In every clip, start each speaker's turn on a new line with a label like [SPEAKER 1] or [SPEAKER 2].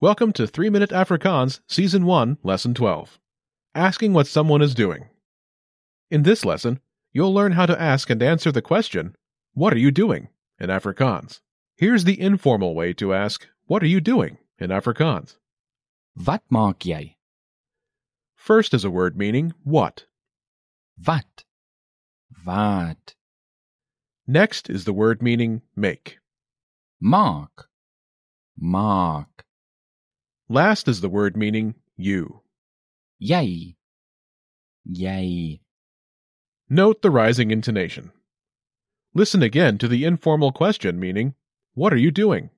[SPEAKER 1] Welcome to 3 Minute Afrikaans, Season 1, Lesson 12 Asking What Someone Is Doing. In this lesson, you'll learn how to ask and answer the question, What are you doing? in Afrikaans. Here's the informal way to ask, What are you doing? in Afrikaans.
[SPEAKER 2] Wat maak jy?
[SPEAKER 1] First is a word meaning what.
[SPEAKER 2] Wat? Wat
[SPEAKER 1] Next is the word meaning make.
[SPEAKER 2] maak? Maak
[SPEAKER 1] Last is the word meaning you.
[SPEAKER 2] jy? Jy
[SPEAKER 1] Note the rising intonation. Listen again to the informal question meaning, What are you doing?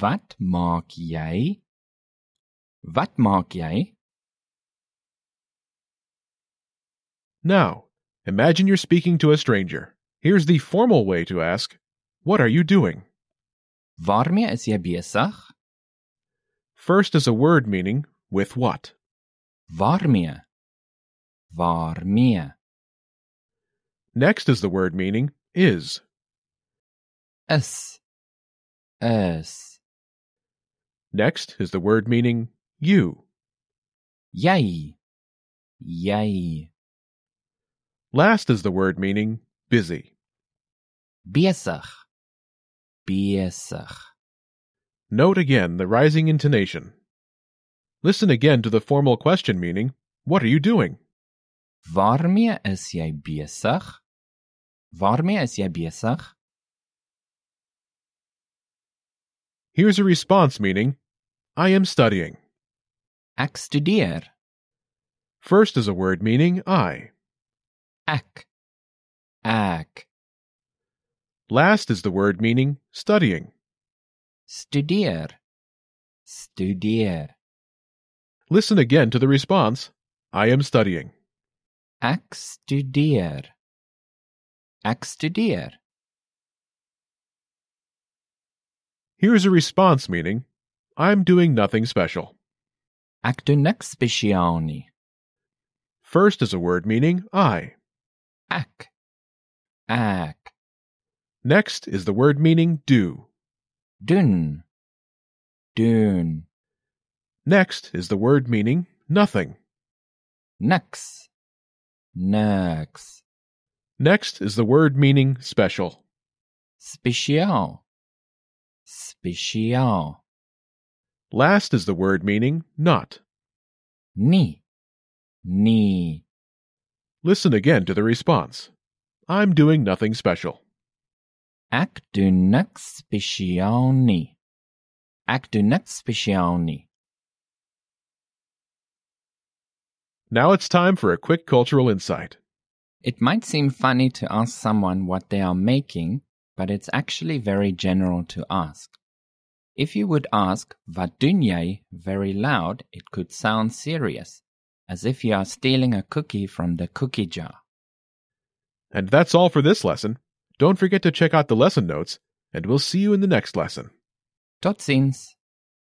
[SPEAKER 2] wat maak jy? Wat maak jy?
[SPEAKER 1] Now, imagine you're speaking to a stranger. Here's the formal way to ask, What are you doing?
[SPEAKER 2] Waarmee is jy besig?
[SPEAKER 1] First is a word meaning with what.
[SPEAKER 2] Waarmee? Waarmee
[SPEAKER 1] Next is the word meaning is.
[SPEAKER 2] is is
[SPEAKER 1] Next is the word meaning you.
[SPEAKER 2] jy? Jy
[SPEAKER 1] Last is the word meaning busy.
[SPEAKER 2] besig? Besig
[SPEAKER 1] Note again the rising intonation. Listen again to the formal question meaning, What are you doing?
[SPEAKER 2] Waarmee is jy besig? Waarmee is jy besig?
[SPEAKER 1] Here's a response meaning, I am studying.
[SPEAKER 2] Ek studeer.
[SPEAKER 1] First is a word meaning I.
[SPEAKER 2] Ek. Ek
[SPEAKER 1] Last is the word meaning studying.
[SPEAKER 2] studeer. Studeer.
[SPEAKER 1] Listen again to the response I am studying.
[SPEAKER 2] Ek studeer. Ek studeer.
[SPEAKER 1] Here's a response meaning I'm doing nothing special.
[SPEAKER 2] Ek doen niks spesiaal nie.
[SPEAKER 1] First is a word meaning I.
[SPEAKER 2] Ek. Ek
[SPEAKER 1] Next is the word meaning do.
[SPEAKER 2] doen. Doen
[SPEAKER 1] Next is the word meaning nothing.
[SPEAKER 2] niks. Niks
[SPEAKER 1] Next is the word meaning special.
[SPEAKER 2] spesiaal. Spesiaal
[SPEAKER 1] Last is the word meaning not.
[SPEAKER 2] nie. Nie.
[SPEAKER 1] Listen again to the response I'm doing nothing special.
[SPEAKER 2] Ek doen niks spesiaal nie. Ek doen niks spesiaal nie.
[SPEAKER 1] Now it's time for a quick cultural insight.
[SPEAKER 2] It might seem funny to ask someone what they are making, but it's actually very general to ask. If you would ask "Wat doen jy?" very loud, it could sound serious, as if you are stealing a cookie from the cookie jar.
[SPEAKER 1] And that's all for this lesson. Don't forget to check out the lesson notes, and we'll see you in the next lesson.
[SPEAKER 2] Tot ziens.